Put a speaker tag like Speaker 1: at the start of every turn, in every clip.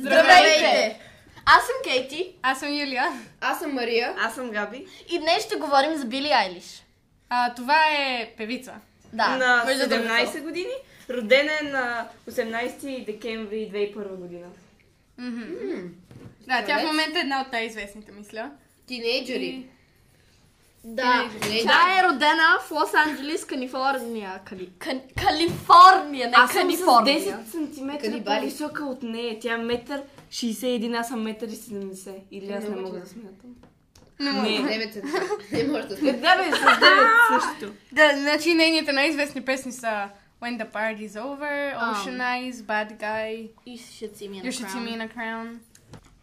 Speaker 1: Здравейте!
Speaker 2: Аз съм Кейти
Speaker 1: Аз съм Юлия.
Speaker 3: Аз съм Мария.
Speaker 4: Аз съм Габи.
Speaker 2: и днес ще говорим за Били Айлиш.
Speaker 1: А, това е певица.
Speaker 2: Да,
Speaker 4: на
Speaker 2: между другото.
Speaker 4: 17 години. Роден е на 18 декември 2001 година.
Speaker 1: Да, тя в
Speaker 3: Здравейте.
Speaker 1: момента е една от най-известните, мисля.
Speaker 3: Тинейджери.
Speaker 2: Да.
Speaker 3: Тинейджери.
Speaker 2: Тя е родена в Лос-Анджелес, Калифорния. Кали... Кан- Калифорния, не
Speaker 4: Аз съм с
Speaker 2: Калифорния.
Speaker 4: 10 см
Speaker 3: Канибали.
Speaker 4: по-висока от нея. Тя е метър 61, аз съм метър и 70. Или аз не мога да смятам. Не.
Speaker 3: Е, Девет са. Не може да
Speaker 4: Е,
Speaker 3: се.
Speaker 4: Да бе, с 9 същото.
Speaker 1: Да, значи нейните най-известни песни са When the Party's Over, Ocean Eyes, Bad Guy,
Speaker 2: И ще си ми е
Speaker 1: You Should See Me in a Crown.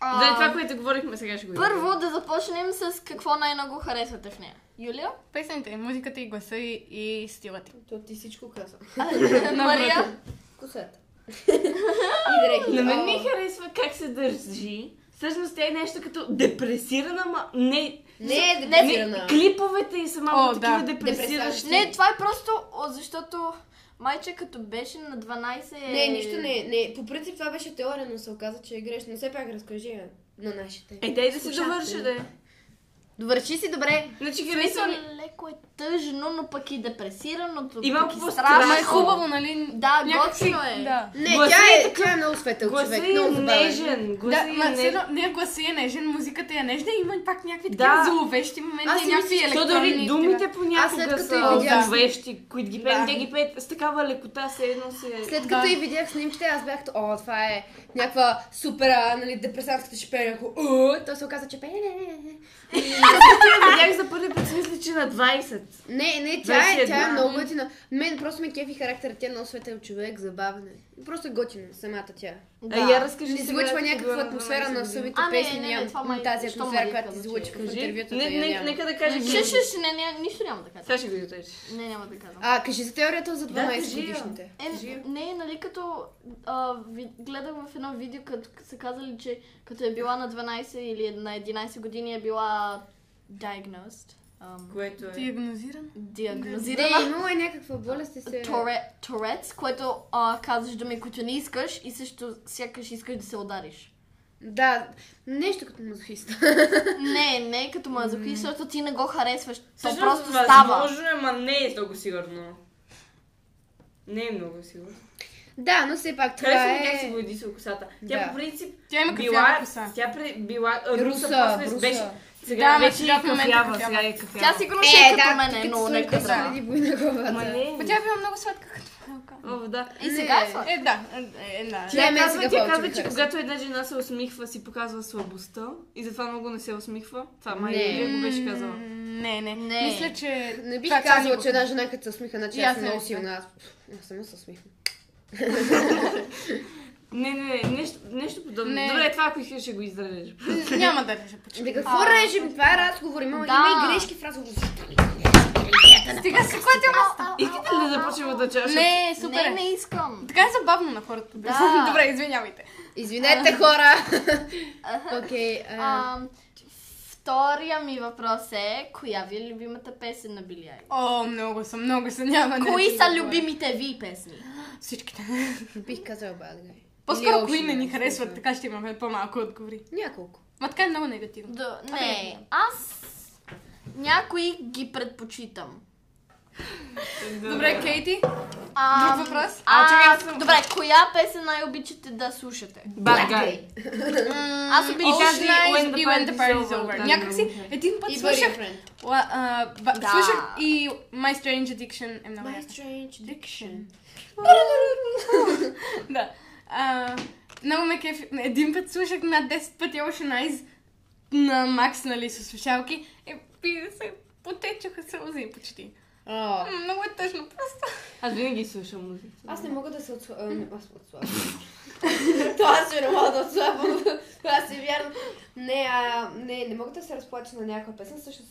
Speaker 2: А,
Speaker 4: Да, е това, което говорихме сега ще го видим.
Speaker 2: Първо да започнем с какво най-много харесвате в нея. Юлия?
Speaker 1: Песните, музиката и гласа и, и стилът.
Speaker 3: То ти всичко каза.
Speaker 2: Мария?
Speaker 3: Косата. И дрехи.
Speaker 4: На мен
Speaker 3: О,
Speaker 4: ми е харесва как се държи. Всъщност тя е нещо като депресирана, ма не...
Speaker 3: Не е
Speaker 4: не-
Speaker 3: депресирана.
Speaker 4: клиповете и са малко
Speaker 1: О,
Speaker 4: такива
Speaker 1: да.
Speaker 4: депресиращи.
Speaker 3: Депресиращи.
Speaker 2: Не, това е просто о, защото майче като беше на 12...
Speaker 3: Не, нищо не е. Не, по принцип това беше теория, но се оказа, че е грешно. Все пак разкажи я на нашите.
Speaker 4: Е, дай да си
Speaker 3: Слушатели.
Speaker 4: довърши, да е.
Speaker 3: Довърши си добре.
Speaker 4: Значи
Speaker 2: В смисъл,
Speaker 4: харесва ми...
Speaker 2: леко е тъжно, но пък и депресирано.
Speaker 4: И малко
Speaker 2: пък
Speaker 4: по-страшно.
Speaker 1: Ама е
Speaker 4: Страшно.
Speaker 1: хубаво, нали?
Speaker 2: Да,
Speaker 1: Някакси-
Speaker 2: готино е.
Speaker 1: Да.
Speaker 3: Не,
Speaker 4: Гласа
Speaker 3: тя
Speaker 4: е
Speaker 3: е, тя е много светъл
Speaker 4: Гласа
Speaker 3: човек.
Speaker 4: е
Speaker 3: Много забавен.
Speaker 4: нежен. Гласа
Speaker 1: Да,
Speaker 4: е
Speaker 1: ма, все
Speaker 4: нежен.
Speaker 1: едно, не, гласа е нежен, музиката е нежна, има и пак някакви
Speaker 4: Да.
Speaker 1: такива зловещи моменти,
Speaker 3: Аз си
Speaker 1: някакви
Speaker 4: То
Speaker 1: електронни.
Speaker 4: дори думите
Speaker 3: е Аз след
Speaker 4: понякога
Speaker 3: като
Speaker 4: са
Speaker 3: я видях-
Speaker 4: зловещи, които ги пеят,
Speaker 3: Да.
Speaker 4: те ги пеят с такава лекота, се едно се...
Speaker 3: След като
Speaker 1: Да.
Speaker 3: и видях снимките, аз бях, о, това е някаква супер, а, нали, депресантската ще пее някакво, «О», то се оказа, че пее, не, не, не, не.
Speaker 4: Я видях за първи път, си мисля, че е на 20.
Speaker 3: Не, не, тя е, тя е
Speaker 4: 21.
Speaker 3: много готина. Мен просто ме кефи характер, тя е много светъл човек, забавен е. Просто е готина, самата тя.
Speaker 2: Да.
Speaker 4: А я разкажи
Speaker 3: Не
Speaker 4: сега,
Speaker 3: излъчва
Speaker 4: като
Speaker 3: някаква
Speaker 4: говорим на
Speaker 3: атмосфера
Speaker 4: 12
Speaker 3: на
Speaker 4: години.
Speaker 3: субите
Speaker 2: А, не,
Speaker 3: песни,
Speaker 2: не, не, това
Speaker 3: нямам
Speaker 2: май-
Speaker 3: тази
Speaker 2: що
Speaker 3: атмосфера,
Speaker 2: Мария
Speaker 3: която
Speaker 2: каза, че
Speaker 3: излъчва в
Speaker 4: Кажи,
Speaker 3: интервюта.
Speaker 4: не, не, нека да кажа
Speaker 2: Ще,
Speaker 4: гледаш.
Speaker 2: ще, ще, не, не, нищо няма да кажа.
Speaker 4: Сега ще го излъчиш.
Speaker 2: Не, няма да казвам.
Speaker 3: А, кажи за теорията за
Speaker 4: Да, кажи
Speaker 3: 12
Speaker 4: я.
Speaker 3: годишните.
Speaker 2: Е, не, нали като а, ви, гледах в едно видео, като са казали, че като е била на 12 или на 11 години е била diagnosed. ам,
Speaker 4: Което е...
Speaker 1: Диагнозиран.
Speaker 3: Да,
Speaker 2: диагнозирана.
Speaker 3: имало е някаква болест и се...
Speaker 2: Торе, торец, което а, казваш думи, които не искаш и също сякаш искаш да се удариш.
Speaker 3: Да, нещо като мазохист.
Speaker 2: Не, не като мазохист, защото ти не го харесваш. То
Speaker 4: Всъщност,
Speaker 2: просто става.
Speaker 4: Възможно е, ма не е много сигурно. Не е много сигурно.
Speaker 3: Да, но все пак това
Speaker 4: Харесва ми как си
Speaker 3: е...
Speaker 4: го еди с косата. Тя
Speaker 3: Да.
Speaker 4: по принцип
Speaker 1: Тя има
Speaker 4: била, е
Speaker 1: кафява коса.
Speaker 4: тя пре, била а, руса,
Speaker 3: Руса,
Speaker 4: после беше,
Speaker 3: руса.
Speaker 4: сега
Speaker 1: Да, ма
Speaker 4: вече
Speaker 1: сега
Speaker 4: е
Speaker 1: в момента
Speaker 4: кафява,
Speaker 1: кафява.
Speaker 4: сега е кафява.
Speaker 2: Тя сигурно ще е като
Speaker 3: ти
Speaker 2: мене,
Speaker 3: като
Speaker 2: но
Speaker 3: слушаш,
Speaker 2: нека
Speaker 3: да
Speaker 2: да.
Speaker 3: свали бой на главата.
Speaker 4: Ма не,
Speaker 1: Ма тя е била много сладка като малка.
Speaker 4: О, да.
Speaker 2: И сега е сладко.
Speaker 1: Е, да. Е, е, да.
Speaker 3: Тя
Speaker 4: Тя
Speaker 3: е
Speaker 4: казва,
Speaker 3: Месика повече
Speaker 4: тя
Speaker 3: ми
Speaker 4: казва, че
Speaker 3: харесва.
Speaker 4: когато една жена се усмихва, си показва слабостта и затова много не се усмихва. Това май
Speaker 3: Не.
Speaker 4: Юлия е, го беше казала.
Speaker 1: М, Не, не.
Speaker 2: Не.
Speaker 1: Мисля, че...
Speaker 3: Не бих
Speaker 1: това е цяло
Speaker 3: казала,
Speaker 1: го-
Speaker 3: че една жена като се усмиха, значи
Speaker 1: И
Speaker 3: аз
Speaker 1: аз
Speaker 3: съм
Speaker 1: не
Speaker 3: много
Speaker 1: съм.
Speaker 3: силна. Аз- Аз съм се усмихна.
Speaker 4: Не, не, не, нещо, нещо подобно.
Speaker 1: Не.
Speaker 4: Добре, това ако искаш ще го изрежеш.
Speaker 1: Няма да реша почти.
Speaker 3: Да какво режем? Това е разговор.
Speaker 2: Да.
Speaker 3: Има, има и грешки в разговор.
Speaker 1: Стига се, което е маста.
Speaker 4: Искате ли да почнем от начало?
Speaker 1: Не, супер.
Speaker 2: Не,
Speaker 1: е.
Speaker 2: не искам.
Speaker 1: Така е забавно на хората.
Speaker 2: Да.
Speaker 1: Добре, извинявайте.
Speaker 3: Извинете, хора! Окей. а,
Speaker 2: Ам, Втория ми въпрос е, коя ви е любимата песен на Били Айлиш?
Speaker 1: О, много съм, много съм. Няма начин
Speaker 2: Кои
Speaker 1: да
Speaker 2: са
Speaker 1: говоря.
Speaker 2: любимите ви песни?
Speaker 1: Всичките.
Speaker 3: Бих казала Bad Guy. Или
Speaker 1: По-скоро кои
Speaker 3: Ocean
Speaker 1: не ни
Speaker 3: Eyes,
Speaker 1: харесват,
Speaker 3: не знам.
Speaker 1: така ще имаме по-малко отговори.
Speaker 3: Няколко.
Speaker 1: Ма така е много негативно.
Speaker 2: Да, не, аз някои ги предпочитам.
Speaker 1: Добре, Кейти.
Speaker 2: А,
Speaker 1: Друг въпрос?
Speaker 2: А,
Speaker 4: А, чакай, аз съм-
Speaker 2: добре, коя песен най-обичате да слушате?
Speaker 4: Bad guy.
Speaker 1: Аз обичам
Speaker 4: и тази
Speaker 1: Nice
Speaker 4: When the
Speaker 1: и
Speaker 4: Party's Over, да,
Speaker 1: Някак си
Speaker 4: много.
Speaker 1: един път
Speaker 3: И
Speaker 1: слушах...
Speaker 3: Buddy Friend.
Speaker 1: Ла- а, ба-
Speaker 2: Да.
Speaker 1: Слушах и My Strange Addiction е много
Speaker 3: My
Speaker 1: ясно.
Speaker 3: strange addiction.
Speaker 1: Да. А, Много ме кеф. Един път слушах над 10 пъти Ocean Eyes на Макс, нали, с слушалки. И пи- се потечаха сълзи почти.
Speaker 3: О,
Speaker 1: М, Много е тъжно просто.
Speaker 4: Аз винаги слушам музика.
Speaker 3: Аз не мога да се отслабвам. Аз отслабвам. Това си не мога да отслабвам. Това си вярно. Не, а, не, не мога да се разплача на някаква песен. Също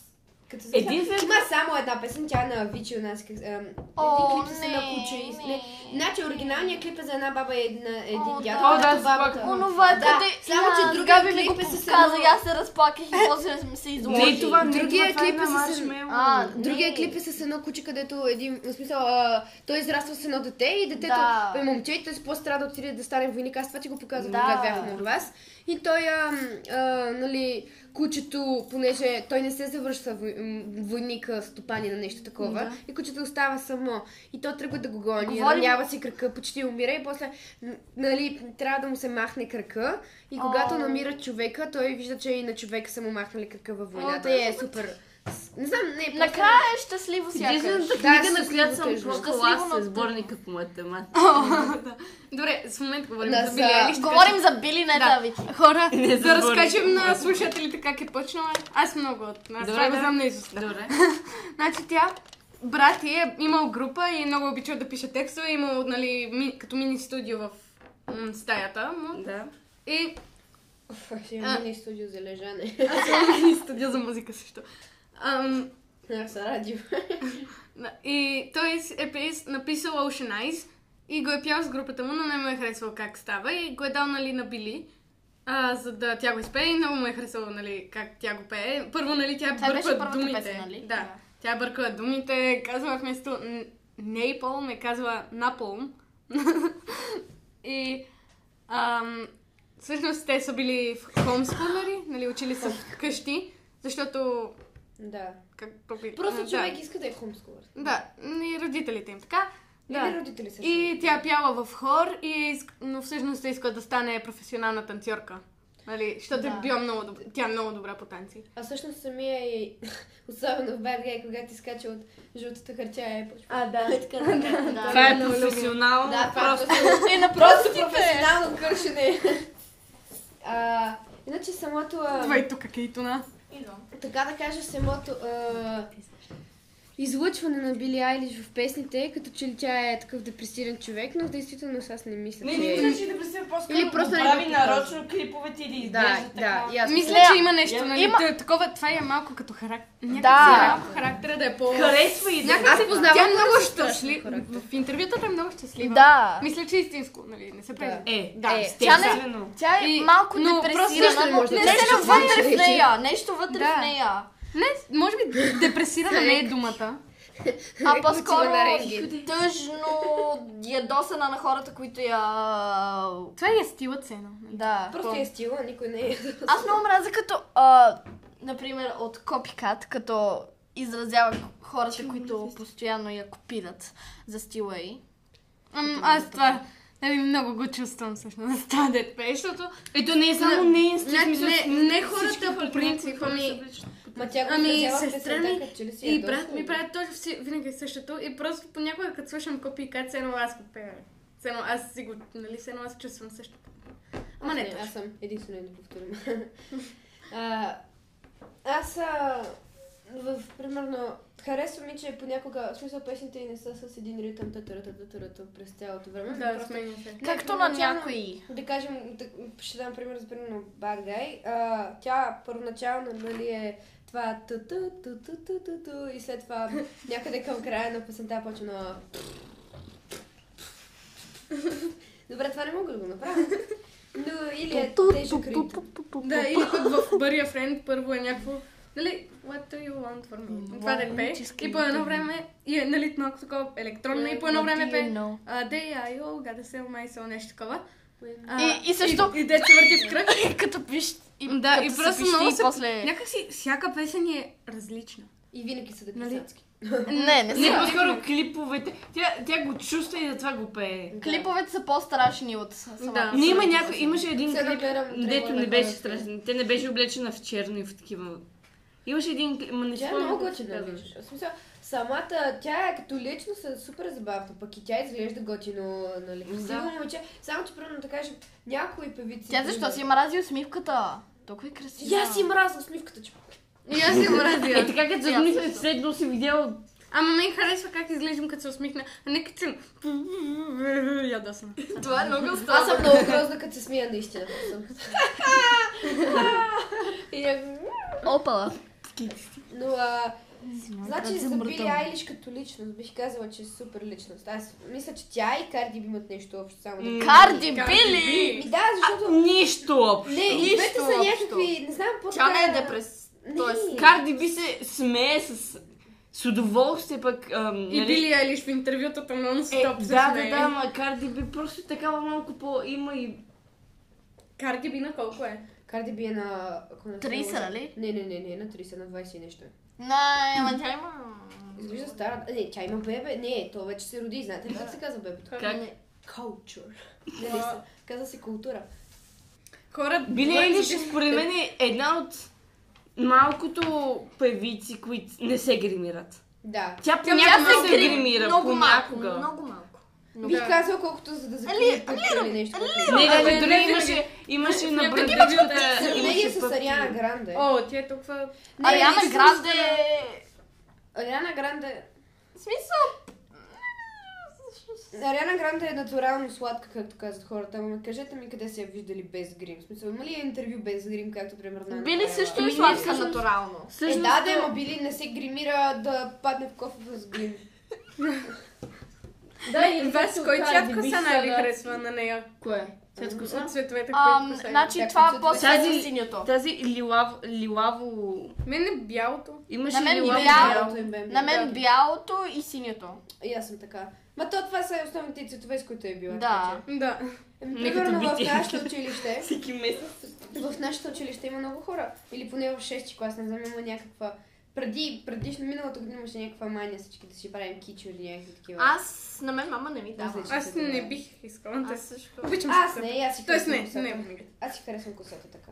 Speaker 3: Като се
Speaker 4: Един
Speaker 3: слуша-
Speaker 4: след-
Speaker 3: Има само една песен, тя на Вичи у нас. как- ам,
Speaker 2: О,
Speaker 3: един клип с една
Speaker 2: не,
Speaker 3: куче. и с-
Speaker 2: не.
Speaker 3: Значи оригиналният клип е за една баба и една- един
Speaker 2: О,
Speaker 3: дядо,
Speaker 2: да. О, да,
Speaker 3: където
Speaker 4: с
Speaker 3: бабата...
Speaker 4: пак-
Speaker 2: Онова е
Speaker 3: Да,
Speaker 2: къде...
Speaker 3: само, че
Speaker 2: Я,
Speaker 3: другия
Speaker 2: Габи ми
Speaker 3: клип
Speaker 2: го
Speaker 3: е с
Speaker 2: показа
Speaker 3: едно-
Speaker 2: и аз се разплаках и после ми се изложи.
Speaker 4: Не, това, не,
Speaker 3: Другия
Speaker 4: това, това е
Speaker 3: клип е
Speaker 4: на
Speaker 3: с-
Speaker 4: маршмело.
Speaker 2: А,
Speaker 3: Другия
Speaker 2: Не.
Speaker 3: клип е с едно куче, където един, в смисъл, а, той израства с едно дете и детето
Speaker 2: Да.
Speaker 3: е момче и той си после трябва да отиде да стане войник. Аз това ти го показвам,
Speaker 2: Да.
Speaker 3: когато бяхме у вас. И той, а, м, а, нали, кучето, понеже той не се завършва вой- м, войник, а, стопани на нещо такова,
Speaker 2: Да.
Speaker 3: и кучето остава само. И то тръгва да го гони,
Speaker 2: Говорим-
Speaker 3: няма си крака, почти умира и после, н- нали, трябва да му се махне крака. И когато
Speaker 2: О.
Speaker 3: намира човека, той вижда, че и на човека са му махнали крака във войната.
Speaker 2: да.
Speaker 3: и е супер. с- Не знам, не е просто-
Speaker 2: Накрая е щастливо сякаш.
Speaker 4: Единствената
Speaker 3: Да,
Speaker 4: книга, на
Speaker 3: щастливо
Speaker 4: която съм
Speaker 3: тъжно.
Speaker 4: плакала
Speaker 2: Щастливо, но
Speaker 4: с
Speaker 2: тъжно.
Speaker 4: сборника по математика.
Speaker 1: Добре, с момент говорим
Speaker 3: Да,
Speaker 1: за
Speaker 3: за-
Speaker 1: Билли Елиш.
Speaker 2: Говорим за Били, не
Speaker 1: Да.
Speaker 2: да, Вики.
Speaker 1: Хора,
Speaker 4: Не,
Speaker 1: да
Speaker 4: за
Speaker 1: разкажем на слушателите как е почнала. Аз много от аз
Speaker 4: Добре,
Speaker 1: това го
Speaker 4: да.
Speaker 1: знам наизуст.
Speaker 4: Добре.
Speaker 1: Значи тя, брат ѝ е имал група и много е обичал да пише текстове, имал нали, ми, като мини студио в м, стаята му.
Speaker 4: Да.
Speaker 1: И
Speaker 3: Ще имаме
Speaker 1: А.
Speaker 3: мини студио за лежане.
Speaker 1: аз имам мини студио за музика също. Ам,
Speaker 3: Аз са радио.
Speaker 1: на- и той си е пис, написал Ocean Eyes и го е пял с групата му, но не му е харесвал как става и го е дал нали, на Били. А, за да тя го изпее и много му е харесало нали, как тя го пее. Първо, нали, тя,
Speaker 2: Това беше
Speaker 1: бърква
Speaker 2: първата
Speaker 1: думите.
Speaker 2: песен, нали?
Speaker 1: Да.
Speaker 2: Да.
Speaker 1: Тя бъркала думите, казва вместо Нейпъл, не казва Напълм. и ам, всъщност те са били в хомскулери, нали, учили са вкъщи, защото...
Speaker 3: Да.
Speaker 1: Как, проби-
Speaker 3: Просто
Speaker 1: да.
Speaker 3: човек иска да е хомскулър.
Speaker 1: Да, и родителите им така. Да.
Speaker 3: Или родители са.
Speaker 1: И тя е пяла в хор, и, е иск- но всъщност е иска да стане професионална танцорка. Нали, защото
Speaker 2: Да.
Speaker 1: е била много добра, тя е много добра по танци.
Speaker 3: А всъщност самия и особено в Бергай, когато ти скача от жълтата хартия е почва.
Speaker 2: А, да.
Speaker 4: Това е
Speaker 1: много любим.
Speaker 4: професионално.
Speaker 3: Да,
Speaker 4: просто.
Speaker 3: просто
Speaker 2: Е, на
Speaker 3: просто
Speaker 2: простите.
Speaker 3: професионално кършене. А, иначе самото... а,
Speaker 1: Това и тук, Кейтона.
Speaker 3: така да кажа, самото а, излъчване на Били Айлиш в песните, като че ли тя е такъв депресиран човек, но в действителност аз не мисля,
Speaker 4: Не,
Speaker 3: че
Speaker 4: не
Speaker 3: е.
Speaker 4: мисля, че да пресе по-скоро
Speaker 3: Или
Speaker 4: го
Speaker 3: просто не
Speaker 4: прави
Speaker 3: го
Speaker 4: нарочно клиповете или изглежда
Speaker 3: Да,
Speaker 4: така.
Speaker 3: да, и аз
Speaker 1: Мисля,
Speaker 2: мисля,
Speaker 1: че има нещо, нали?
Speaker 2: има-
Speaker 1: Та- Такова, това е малко като характер. Някак
Speaker 2: Да.
Speaker 1: си е малко характера да е по...
Speaker 4: Харесва и да.
Speaker 3: Аз познавам
Speaker 1: Тя
Speaker 3: хора
Speaker 1: е много
Speaker 3: с страшен
Speaker 1: щастлива.
Speaker 3: характер.
Speaker 1: В интервютата е много щастлива.
Speaker 2: Да.
Speaker 1: Мисля, че е истинско, нали? Не се прави.
Speaker 4: Е,
Speaker 1: Да.
Speaker 2: Тя
Speaker 3: Е,
Speaker 2: не-
Speaker 4: естествено.
Speaker 2: Тя е
Speaker 1: И-
Speaker 2: малко
Speaker 1: но просто
Speaker 2: депресирана,
Speaker 3: не
Speaker 2: но
Speaker 3: може да
Speaker 2: нещо
Speaker 3: кажеш, че
Speaker 2: вътре
Speaker 3: вече-
Speaker 2: в нея, нещо вътре
Speaker 1: Да.
Speaker 2: в нея.
Speaker 1: Не, може би депресирана не е думата.
Speaker 2: А по-скоро
Speaker 3: Е, на рентген.
Speaker 2: тъжно, ядосана на хората, които я...
Speaker 1: Това е стила цена.
Speaker 2: Да.
Speaker 3: Просто е стила, никой не е.
Speaker 2: Аз много мразя като, а, например, от копикат, като изразява хората, които постоянно я копират за стила й.
Speaker 1: Ам, аз това нали, много го чувствам всъщност. Това дет пее, защото...
Speaker 4: Ето не е
Speaker 1: само
Speaker 4: само не е
Speaker 1: Не, Значи, не, не хората по принцип, ами...
Speaker 3: Ма тя го
Speaker 1: Ами,
Speaker 3: изразява в
Speaker 1: сестра
Speaker 3: песента,
Speaker 1: ми
Speaker 3: като че ли си е
Speaker 1: И
Speaker 3: ядосна.
Speaker 1: брат ми правят точно вси- винаги е същото и просто понякога като слушам копийка, цено аз го пея. Цено аз си го, нали, цено аз чувствам същото. Ама не, точно.
Speaker 3: Аз съм единствено да повторим. а, аз а, в, примерно, харесва ми, че понякога, в смисъл песните не са с един ритъм, татаратататарата през цялото време. но
Speaker 1: Да,
Speaker 3: просто-
Speaker 1: сменя се.
Speaker 2: Както на
Speaker 3: първоначално-
Speaker 2: някои.
Speaker 3: Да кажем, да, ще дам пример за примерно Bad Guy. А, тя първоначално нали, е това ту ту ту ту ту ту ту и след това някъде към края на песента почва на... Добре, това не мога да го направя. Но или е тежък ритъм.
Speaker 1: Да, или пък в Бария Френд първо е някакво, нали, what do you want for me? Това да пее. И по едно време, и е, нали, малко такова електронно, и по едно време пее. Uh, they are all gotta sell my soul, нещо такова. А,
Speaker 2: И- и също-
Speaker 1: И, и дето се върти в кръг.
Speaker 2: Като пиш и,
Speaker 1: Да,
Speaker 2: като
Speaker 1: и
Speaker 2: се
Speaker 1: просто
Speaker 2: пише
Speaker 1: много
Speaker 2: и
Speaker 1: се...
Speaker 2: после...
Speaker 1: Някак си всяка песен е различна.
Speaker 3: И винаги са депресантски.
Speaker 2: Не, не
Speaker 4: Не,
Speaker 2: са.
Speaker 4: по-скоро клиповете. Тя, тя го чувства и затова го пее.
Speaker 2: Клиповете са по-страшни от самата.
Speaker 1: Да.
Speaker 4: Не има някой, имаше един
Speaker 3: Сега
Speaker 4: клип,
Speaker 3: гледам
Speaker 4: дето
Speaker 3: трейлера,
Speaker 4: не беше
Speaker 3: хората.
Speaker 4: страшен. Те не беше облечена в черно и в такива. Имаше един клип, ма не
Speaker 3: Тя е
Speaker 4: спомням
Speaker 3: много
Speaker 4: как се
Speaker 3: готина.
Speaker 4: казваше.
Speaker 3: виж. В смисъл, самата, тя е като лично са супер забавно, пък и тя изглежда готино, нали? Сигурно момче, само че примерно да кажем, някои певици...
Speaker 2: Тя защо
Speaker 3: примерно-
Speaker 2: си мрази усмивката? Толкова е красива.
Speaker 3: И аз си мразя усмивката, че
Speaker 1: И аз си мразя.
Speaker 4: Е, така като
Speaker 2: Тя
Speaker 4: задмисля,
Speaker 2: също.
Speaker 4: след си видял
Speaker 1: Ама ме харесва как изглеждам, като се усмихна. А не като съм... Ядосна. Това е много
Speaker 3: Аз съм много грозна, като се смия наистина. Съм. И е,
Speaker 2: Опала.
Speaker 4: Китисти.
Speaker 3: Но, а, значи за Били Айлиш като личност бих казала, че е супер личност. Аз мисля, че тя и Карди би имат нещо общо само да...
Speaker 4: М.
Speaker 2: Карди
Speaker 1: Карди
Speaker 2: Били!
Speaker 1: Би.
Speaker 3: Ми да, защото...
Speaker 4: Нищо общо.
Speaker 3: Не, и
Speaker 2: нищо
Speaker 3: двете са
Speaker 2: общо.
Speaker 3: някакви... Не знам по
Speaker 2: Тя не е депрес.
Speaker 3: Не.
Speaker 2: Тоест,
Speaker 4: Карди би се смее с, с удоволствие пък... Ам, нали,
Speaker 1: И Били Айлиш в интервютата нон-стоп
Speaker 4: е,
Speaker 1: се
Speaker 4: да, да,
Speaker 1: смее.
Speaker 4: да, ма Карди би просто такава малко по... Има и...
Speaker 1: Карди би на колко е?
Speaker 3: Карди би е на... ако не се
Speaker 2: 30,
Speaker 3: лъжа-
Speaker 2: нали?
Speaker 3: Не, не, не, не, на 30, на 20 и нещо.
Speaker 2: не, ама тя има...
Speaker 3: Изглежда стара. А, Не, тя има бебе. Не, то вече се роди. Знаете ли как се казва бебето?
Speaker 1: Как?
Speaker 4: Как?
Speaker 3: Culture. Нали са? Казва се култура.
Speaker 1: Хора,
Speaker 4: Били
Speaker 1: говорят
Speaker 4: Айлиш
Speaker 1: си-
Speaker 4: според мен е една от малкото певици, които не се гримират.
Speaker 3: Да.
Speaker 4: Тя
Speaker 1: Тя
Speaker 4: понякога
Speaker 1: се
Speaker 4: се
Speaker 1: грим-
Speaker 4: гримира,
Speaker 2: много малко,
Speaker 4: понякога.
Speaker 2: много малко.
Speaker 1: Но
Speaker 3: Бих
Speaker 1: да.
Speaker 3: казала колкото за да закрие пътя или нещо.
Speaker 4: Не,
Speaker 1: Ама
Speaker 4: не, не, Ами,
Speaker 1: дори
Speaker 4: дори
Speaker 1: винаги-
Speaker 4: имаше, имаше на
Speaker 1: някакви
Speaker 4: брадивата,
Speaker 3: Сравнение
Speaker 4: имаше
Speaker 3: е с
Speaker 4: пък-
Speaker 3: Ариана Гранде.
Speaker 1: О, тя е толкова...
Speaker 3: Не,
Speaker 2: Ариана
Speaker 3: не,
Speaker 2: Гранде...
Speaker 3: Ариана Гранде...
Speaker 2: В смисъл...
Speaker 3: Ариана Гранде е натурално сладка, както казват хората. Ама кажете ми къде са я виждали без грим. В смисъл, има ли интервю без грим, както примерно... на
Speaker 2: Били
Speaker 3: Андреева?
Speaker 2: също
Speaker 3: Ми,
Speaker 2: е
Speaker 3: не,
Speaker 2: сладка
Speaker 3: всъщност-
Speaker 2: натурално.
Speaker 3: Е,
Speaker 4: Всъщност,
Speaker 3: да, да, ама били не се гримира да падне в кофа с грим.
Speaker 1: Да, и вас, кой цвят
Speaker 4: Карди би
Speaker 1: коса
Speaker 4: са,
Speaker 1: най-ви
Speaker 4: да.
Speaker 1: харесва на нея?
Speaker 4: Кое?
Speaker 1: Цвет коса? От цветовете,
Speaker 2: Ам,
Speaker 1: които коса има.
Speaker 2: Значи
Speaker 3: Как
Speaker 2: това
Speaker 3: се
Speaker 2: е по-светло
Speaker 4: Тази-
Speaker 2: синьото.
Speaker 4: Тази лилаво... лилаво...
Speaker 1: Мен е бялото.
Speaker 4: Имаше
Speaker 2: На мен
Speaker 4: лилаво...
Speaker 2: бяло.
Speaker 3: Бялото им бе
Speaker 2: На мен
Speaker 3: много.
Speaker 2: бялото и синьото.
Speaker 3: И аз съм така. Ма то това са основните цветове, с които е била.
Speaker 2: Да.
Speaker 1: Да.
Speaker 3: Еми,
Speaker 4: Не
Speaker 3: Примерно
Speaker 4: като
Speaker 3: в
Speaker 4: бити.
Speaker 3: нашето училище,
Speaker 4: Всеки месец.
Speaker 3: в нашето училище има много хора. Или поне в 6 клас, не знам, има някаква... Преди, предишно миналото година имаше някаква мания всички да си правим кичо или някакви такива.
Speaker 2: Аз, на мен мама не ми дава.
Speaker 3: Различно.
Speaker 1: Аз не бих искала да
Speaker 2: Аз
Speaker 1: се...
Speaker 2: също.
Speaker 1: Обичам
Speaker 3: Аз
Speaker 1: се.
Speaker 3: не, аз си
Speaker 1: Тоест
Speaker 3: харесвам
Speaker 1: не,
Speaker 3: косата.
Speaker 1: не. винаги.
Speaker 3: Аз си харесвам косата така.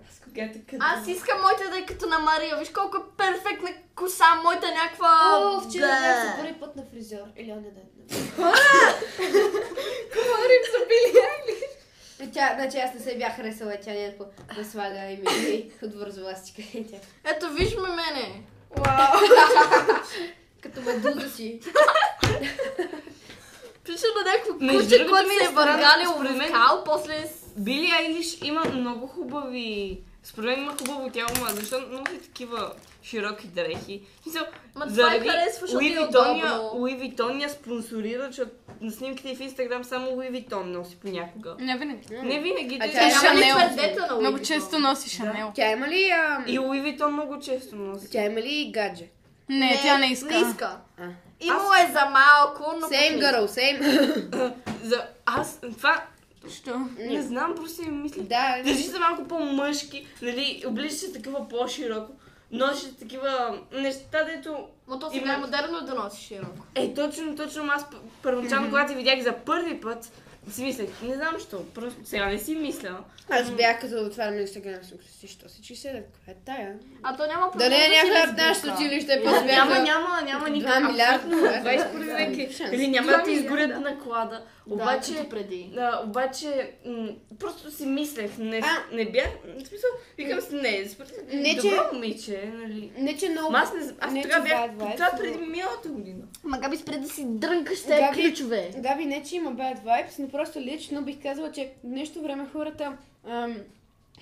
Speaker 2: Аз искам моята да е като на Мария. Виж колко е перфектна коса, моята е някаква...
Speaker 3: О, вчера
Speaker 4: е
Speaker 2: Бе.
Speaker 3: бях за първи път на фризьор. Или он е ден.
Speaker 1: Говорим за Били
Speaker 3: И Тя, значи аз не се бях харесала, тя някакво да слага и ми отвързва аз си къде тя.
Speaker 2: Ето, виж ме мене.
Speaker 1: Вау.
Speaker 3: Като медуза си.
Speaker 2: Прича на някакво
Speaker 4: Между
Speaker 2: куче,
Speaker 4: другото
Speaker 2: което
Speaker 4: ми
Speaker 2: се
Speaker 4: е
Speaker 2: е
Speaker 4: странно,
Speaker 2: въргалило
Speaker 4: според
Speaker 2: в
Speaker 4: мен-
Speaker 2: кал, после... с-
Speaker 4: Били Айлиш има много хубави... Според мен има хубаво тяло, ма защо носи такива широки дрехи? В Смисъл,
Speaker 2: Ма това
Speaker 4: заради
Speaker 2: е харесва, защото
Speaker 4: Луи
Speaker 2: е
Speaker 4: Витон я-
Speaker 2: удобно.
Speaker 4: Луи Витон я спонсорира, защото на снимките в Инстаграм само Луи Витон носи понякога.
Speaker 1: Не винаги.
Speaker 4: Не винаги.
Speaker 3: А
Speaker 4: те-
Speaker 3: тя е
Speaker 2: Няма ли
Speaker 1: Шанел.
Speaker 2: твърдета на Луи
Speaker 1: Много
Speaker 2: Витон?
Speaker 1: често носи Шанел.
Speaker 3: Тя има ли... ам,
Speaker 4: И Луи Витон много често носи.
Speaker 3: Тя е има ли гадже?
Speaker 1: Не, тя не иска.
Speaker 2: Не иска.
Speaker 3: А.
Speaker 2: Имало е за малко, но...
Speaker 3: Same
Speaker 2: пък-
Speaker 3: girl, same.
Speaker 4: За аз това
Speaker 1: Що?
Speaker 4: не знам, просто ми мисля.
Speaker 3: Да,
Speaker 4: Държи се малко по-мъжки, нали, облича се такива по-широко, ноши такива неща, дето
Speaker 2: Ма то сега
Speaker 4: Има-
Speaker 2: е модерно да носиш широко.
Speaker 4: Е, точно, точно аз п- първоначално, когато я видях за първи път, си мислех, не знам що, просто сега не си мисля.
Speaker 3: аз бях като отварям Инстаграм, съм си, що се чисе, да коя е тая?
Speaker 2: А то няма
Speaker 3: Да
Speaker 2: проблем.
Speaker 3: не е
Speaker 2: си
Speaker 3: някоя от
Speaker 2: лесбийка.
Speaker 3: нашето училище, после бяха...
Speaker 4: Няма, няма, няма никакъв. е
Speaker 3: 2 милиарда.
Speaker 4: абсолютно, 21 веки.
Speaker 3: Шанс.
Speaker 4: Или няма да ти изгорят наклада.
Speaker 2: Да,
Speaker 4: Обаче,
Speaker 2: като преди.
Speaker 4: а, обаче, м, просто си мислех, не,
Speaker 3: А.
Speaker 4: не бях, в смисъл, викам си, не, според мен,
Speaker 3: Не, че-
Speaker 4: добро момиче, нали.
Speaker 3: Не, че много...
Speaker 4: Ма Аз, не, з- аз
Speaker 3: Не,
Speaker 4: тогава
Speaker 3: че
Speaker 4: бях,
Speaker 3: bad vibes,
Speaker 4: това
Speaker 3: но-
Speaker 4: преди миналата година.
Speaker 2: Ма Габи, спре да си дрънкаш те
Speaker 3: Габи-
Speaker 2: ключове.
Speaker 3: Габи, не, че има bad vibes, но просто лично бих казала, че в днешно време хората, ам,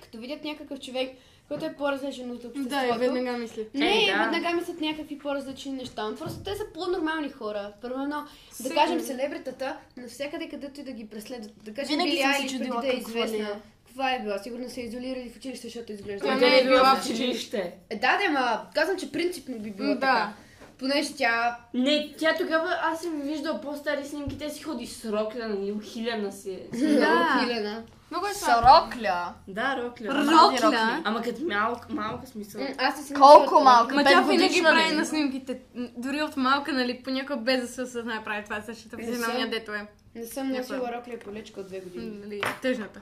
Speaker 3: като видят някакъв човек, който е по-различен от обществото,
Speaker 1: Да, и веднага мисля.
Speaker 3: не,
Speaker 4: Е, да.
Speaker 3: веднага мислят някакви по-различни неща. но Просто те са по-нормални хора. Първо едно, да
Speaker 1: Сигурно.
Speaker 3: кажем селебритата, навсякъде където и да ги преследват. Да кажем,
Speaker 2: Винаги
Speaker 3: Били
Speaker 2: съм се
Speaker 3: Айлиш, преди
Speaker 2: чудила
Speaker 3: да е
Speaker 2: какво ли е.
Speaker 3: известна. Каква е била? Сигурно са изолирали в училище, защото изглежда.
Speaker 1: Тя
Speaker 4: Тя
Speaker 1: не е била в
Speaker 4: училище.
Speaker 3: Е, да, да, ма, казвам, че принципно би било
Speaker 1: М, да.
Speaker 3: така. Понеже тя
Speaker 4: Не, тя тогава, аз съм виждал по-стари снимки, те си ходи с рокля, нали, ухилена си е.
Speaker 3: е много хилена.
Speaker 1: Много е сладко.
Speaker 2: Сорокля.
Speaker 4: Да, рокля.
Speaker 1: Рокля.
Speaker 4: Ама като малко, малко смисъл.
Speaker 3: М, Аз не си
Speaker 2: Колко
Speaker 3: мисля,
Speaker 2: малко?
Speaker 1: Ма тя винаги
Speaker 2: Петгодишна
Speaker 1: прави
Speaker 2: ли?
Speaker 1: на снимките, м, дори от малка, нали, понякога без да се осъзнае прави това същата
Speaker 3: Не съм.
Speaker 1: физиономия, дето е.
Speaker 3: Не съм
Speaker 1: Някоя.
Speaker 3: носила рокля колечка от две
Speaker 1: м,
Speaker 3: години.
Speaker 1: Нали, тъжната.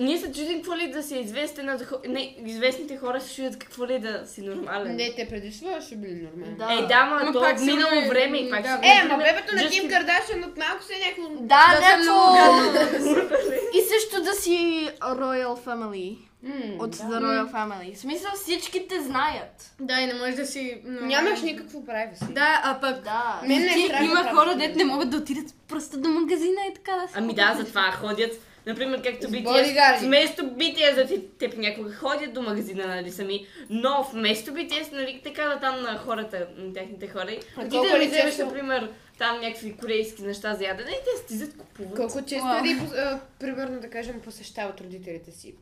Speaker 4: Ние се чудим какво ли да се известен, а да хо- не, известните хора се чудят какво ли да си нормален.
Speaker 3: Не, те преди това ще били нормални.
Speaker 2: Да.
Speaker 4: Е, да, ма,
Speaker 1: Ама
Speaker 4: то
Speaker 1: пак си
Speaker 4: минало
Speaker 1: ме-
Speaker 4: време и пак
Speaker 1: да.
Speaker 4: си.
Speaker 1: Е,
Speaker 3: Е, ама бебето на
Speaker 4: Justin-
Speaker 3: Ким Кардашин от малко се е някакво...
Speaker 2: Да,
Speaker 1: Да, съм
Speaker 2: някакво. И също да си Royal Family.
Speaker 3: М,
Speaker 2: От
Speaker 3: да.
Speaker 2: The Royal Family. В смисъл всички те знаят.
Speaker 1: Да, и не можеш да си... но-
Speaker 3: Нямаш никакво прави си.
Speaker 1: Да, а пък...
Speaker 2: Да.
Speaker 3: Мен не е
Speaker 1: Ти-
Speaker 3: страх да
Speaker 1: има
Speaker 3: правя
Speaker 1: хора,
Speaker 3: такива
Speaker 1: дето не могат да отидат просто до магазина и така да си
Speaker 4: Ами
Speaker 1: купят
Speaker 4: да, затова ходят Например, както
Speaker 3: С
Speaker 4: BTS,
Speaker 3: бодигарди.
Speaker 4: вместо BTS да ти, те някога ходят до магазина, нали сами, но вместо BTS, нали, те казват там на хората, на техните хора, а ти
Speaker 3: колко
Speaker 4: да
Speaker 3: ли
Speaker 4: ми вземеш,
Speaker 3: често-
Speaker 4: например, там някакви корейски неща за ядене и те стизат, купуват.
Speaker 3: Колко често
Speaker 2: Уау.
Speaker 3: ли, а, примерно да кажем, посещават родителите си?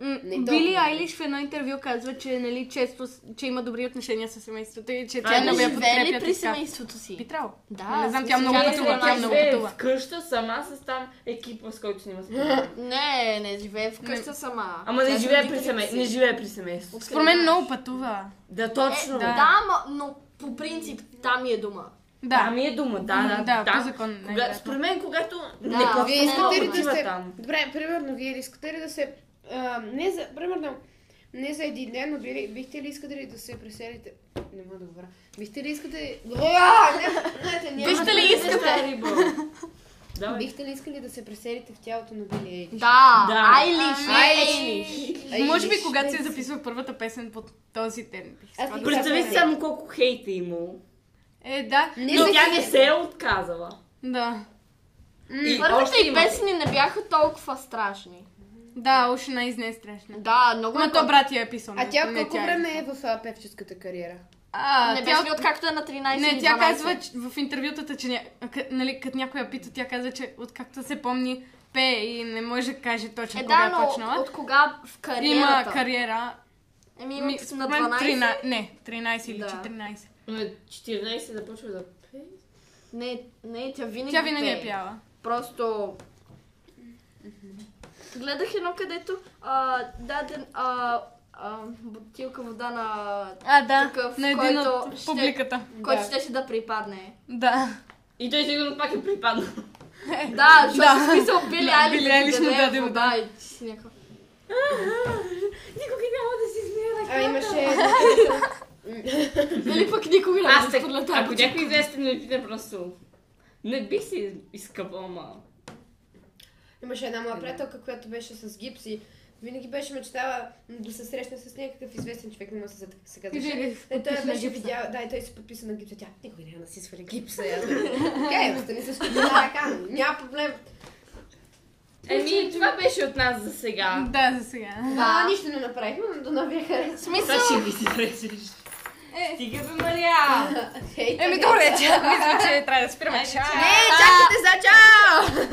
Speaker 1: М,
Speaker 3: Не толкова.
Speaker 1: Били Айлиш в едно интервю казва, че, нали, често, с- че има добри отношения с семейството и че тя
Speaker 4: Айлиш
Speaker 1: не
Speaker 2: Тя
Speaker 1: я
Speaker 2: живее ли
Speaker 1: подкрепя
Speaker 2: при
Speaker 1: така.
Speaker 2: семейството
Speaker 1: Би
Speaker 2: си?
Speaker 1: трябвало.
Speaker 2: Да,
Speaker 1: Не знам,
Speaker 2: в
Speaker 1: тя
Speaker 2: смисъл,
Speaker 1: много
Speaker 2: тя
Speaker 1: пътува,
Speaker 2: е
Speaker 1: тя много
Speaker 2: живее.
Speaker 1: пътува.
Speaker 4: Вкъща сама с там екипа, с който снима.
Speaker 2: Не, не живее вкъща сама.
Speaker 4: Ама
Speaker 2: Тя
Speaker 4: не
Speaker 2: с
Speaker 4: живее, при
Speaker 2: родителите
Speaker 4: семей...
Speaker 2: си.
Speaker 4: не живее при семейство.
Speaker 1: Според мен много пътува.
Speaker 4: Да,
Speaker 2: Е,
Speaker 4: точно.
Speaker 2: да, ама- но по принцип там ми е дума.
Speaker 1: Да.
Speaker 4: Там ми е дума, да,
Speaker 1: М,
Speaker 4: да,
Speaker 1: да,
Speaker 4: там.
Speaker 1: по закон, е
Speaker 4: Кога...
Speaker 1: най-вероятно.
Speaker 4: Според мен, когато...
Speaker 2: Да,
Speaker 4: не,
Speaker 2: А,
Speaker 3: Вие
Speaker 2: не, много
Speaker 3: искате ли да
Speaker 4: отива
Speaker 3: сте...
Speaker 4: там.
Speaker 3: Добре, примерно, вие ли искате ли да се... А, не за... Примерно, не за един ден, но били, бихте ли искате ли да се преселите... Не мога да говоря. Бихте ли искате... А, не, знаете, няма-
Speaker 1: Бихте ли искате?
Speaker 4: Да,
Speaker 3: Бихте ли искали да се преселите в тялото на Били Ейли?
Speaker 2: Да,
Speaker 4: Да.
Speaker 2: Айлиш.
Speaker 1: Ами, Може би когато си е записвал първата песен под този термин.
Speaker 3: Аз
Speaker 1: бих искала
Speaker 3: бих
Speaker 1: да-
Speaker 4: Представи си
Speaker 3: Да.
Speaker 4: само колко хейт е имало.
Speaker 1: Е, да.
Speaker 3: Не
Speaker 4: Но
Speaker 3: за
Speaker 4: тя не
Speaker 3: хейт.
Speaker 4: се е отказала.
Speaker 1: Да.
Speaker 4: И
Speaker 2: Първите
Speaker 4: още
Speaker 2: и
Speaker 4: има.
Speaker 2: песни не бяха толкова страшни.
Speaker 1: Да, уж най-изне е страшна.
Speaker 2: Да, много
Speaker 1: Ма
Speaker 2: е
Speaker 1: то брат я е писал.
Speaker 3: А
Speaker 1: не-
Speaker 3: тя
Speaker 1: не
Speaker 3: колко
Speaker 1: е.
Speaker 3: време е в а, певческата кариера?
Speaker 1: А,
Speaker 2: Не
Speaker 1: тя
Speaker 2: беше ли откакто е на 13
Speaker 1: Не,
Speaker 2: или
Speaker 1: тя
Speaker 2: 12?
Speaker 1: казва че, в интервютата, че ня... къ- нали, като някой я пита, тя казва, че откакто се помни пее и не може да каже точно
Speaker 2: Е,
Speaker 1: кога
Speaker 2: да,
Speaker 1: е
Speaker 2: но
Speaker 1: почнала.
Speaker 2: от кога в кариерата?
Speaker 1: Има кариера.
Speaker 2: Еми,
Speaker 1: Ми,
Speaker 2: имат на
Speaker 1: според мен
Speaker 2: 12?
Speaker 1: 13, не, 13 или
Speaker 2: Да.
Speaker 1: 14.
Speaker 4: На 14 е започва да пее.
Speaker 2: Не, не, тя винаги
Speaker 1: Тя винаги е
Speaker 2: пее.
Speaker 1: пяла.
Speaker 2: Просто... Гледах едно, където а, даден а, а, бутилка вода на...
Speaker 1: А, да,
Speaker 2: Такъв,
Speaker 1: на един
Speaker 2: който
Speaker 1: от
Speaker 2: ще-
Speaker 1: публиката.
Speaker 2: Който
Speaker 3: Да.
Speaker 2: щеше да припадне.
Speaker 1: Да.
Speaker 4: И той сигурно пак е припаднал.
Speaker 2: Да, защото
Speaker 1: Да.
Speaker 2: в смисъл били али
Speaker 1: Били Айлиш му даде вода.
Speaker 2: и ти си някакъв.
Speaker 4: Никога няма да си измия
Speaker 3: А имаше...
Speaker 2: Или пък никога не
Speaker 4: Аз
Speaker 2: може
Speaker 4: так,
Speaker 2: да
Speaker 4: ако
Speaker 2: тази
Speaker 4: някой известен ме пита просто, не бих си изкъпала малко.
Speaker 3: Имаше една моя приятелка, която беше с гипси. Винаги беше мечтала да се срещне с някакъв известен човек, не мога да се сетя сега.
Speaker 1: Кажи
Speaker 3: защо.
Speaker 1: ли,
Speaker 3: Е, той
Speaker 1: подписа на
Speaker 3: беше
Speaker 1: гипса?
Speaker 3: видял, да, и той се подписа на гипса. Тя никога няма да си свали гипса. И Аз Окей, остани с това така, няма проблем.
Speaker 4: Еми, това беше от нас за сега.
Speaker 1: Да, за сега.
Speaker 3: Да, нищо не направихме, но до новия харес.
Speaker 4: Това ще ви зарежеш. Стига бе, Мария!
Speaker 3: Хей,
Speaker 1: Еми, добре, че мисля, че трябва да спираме. Чао!
Speaker 3: чакайте за чао!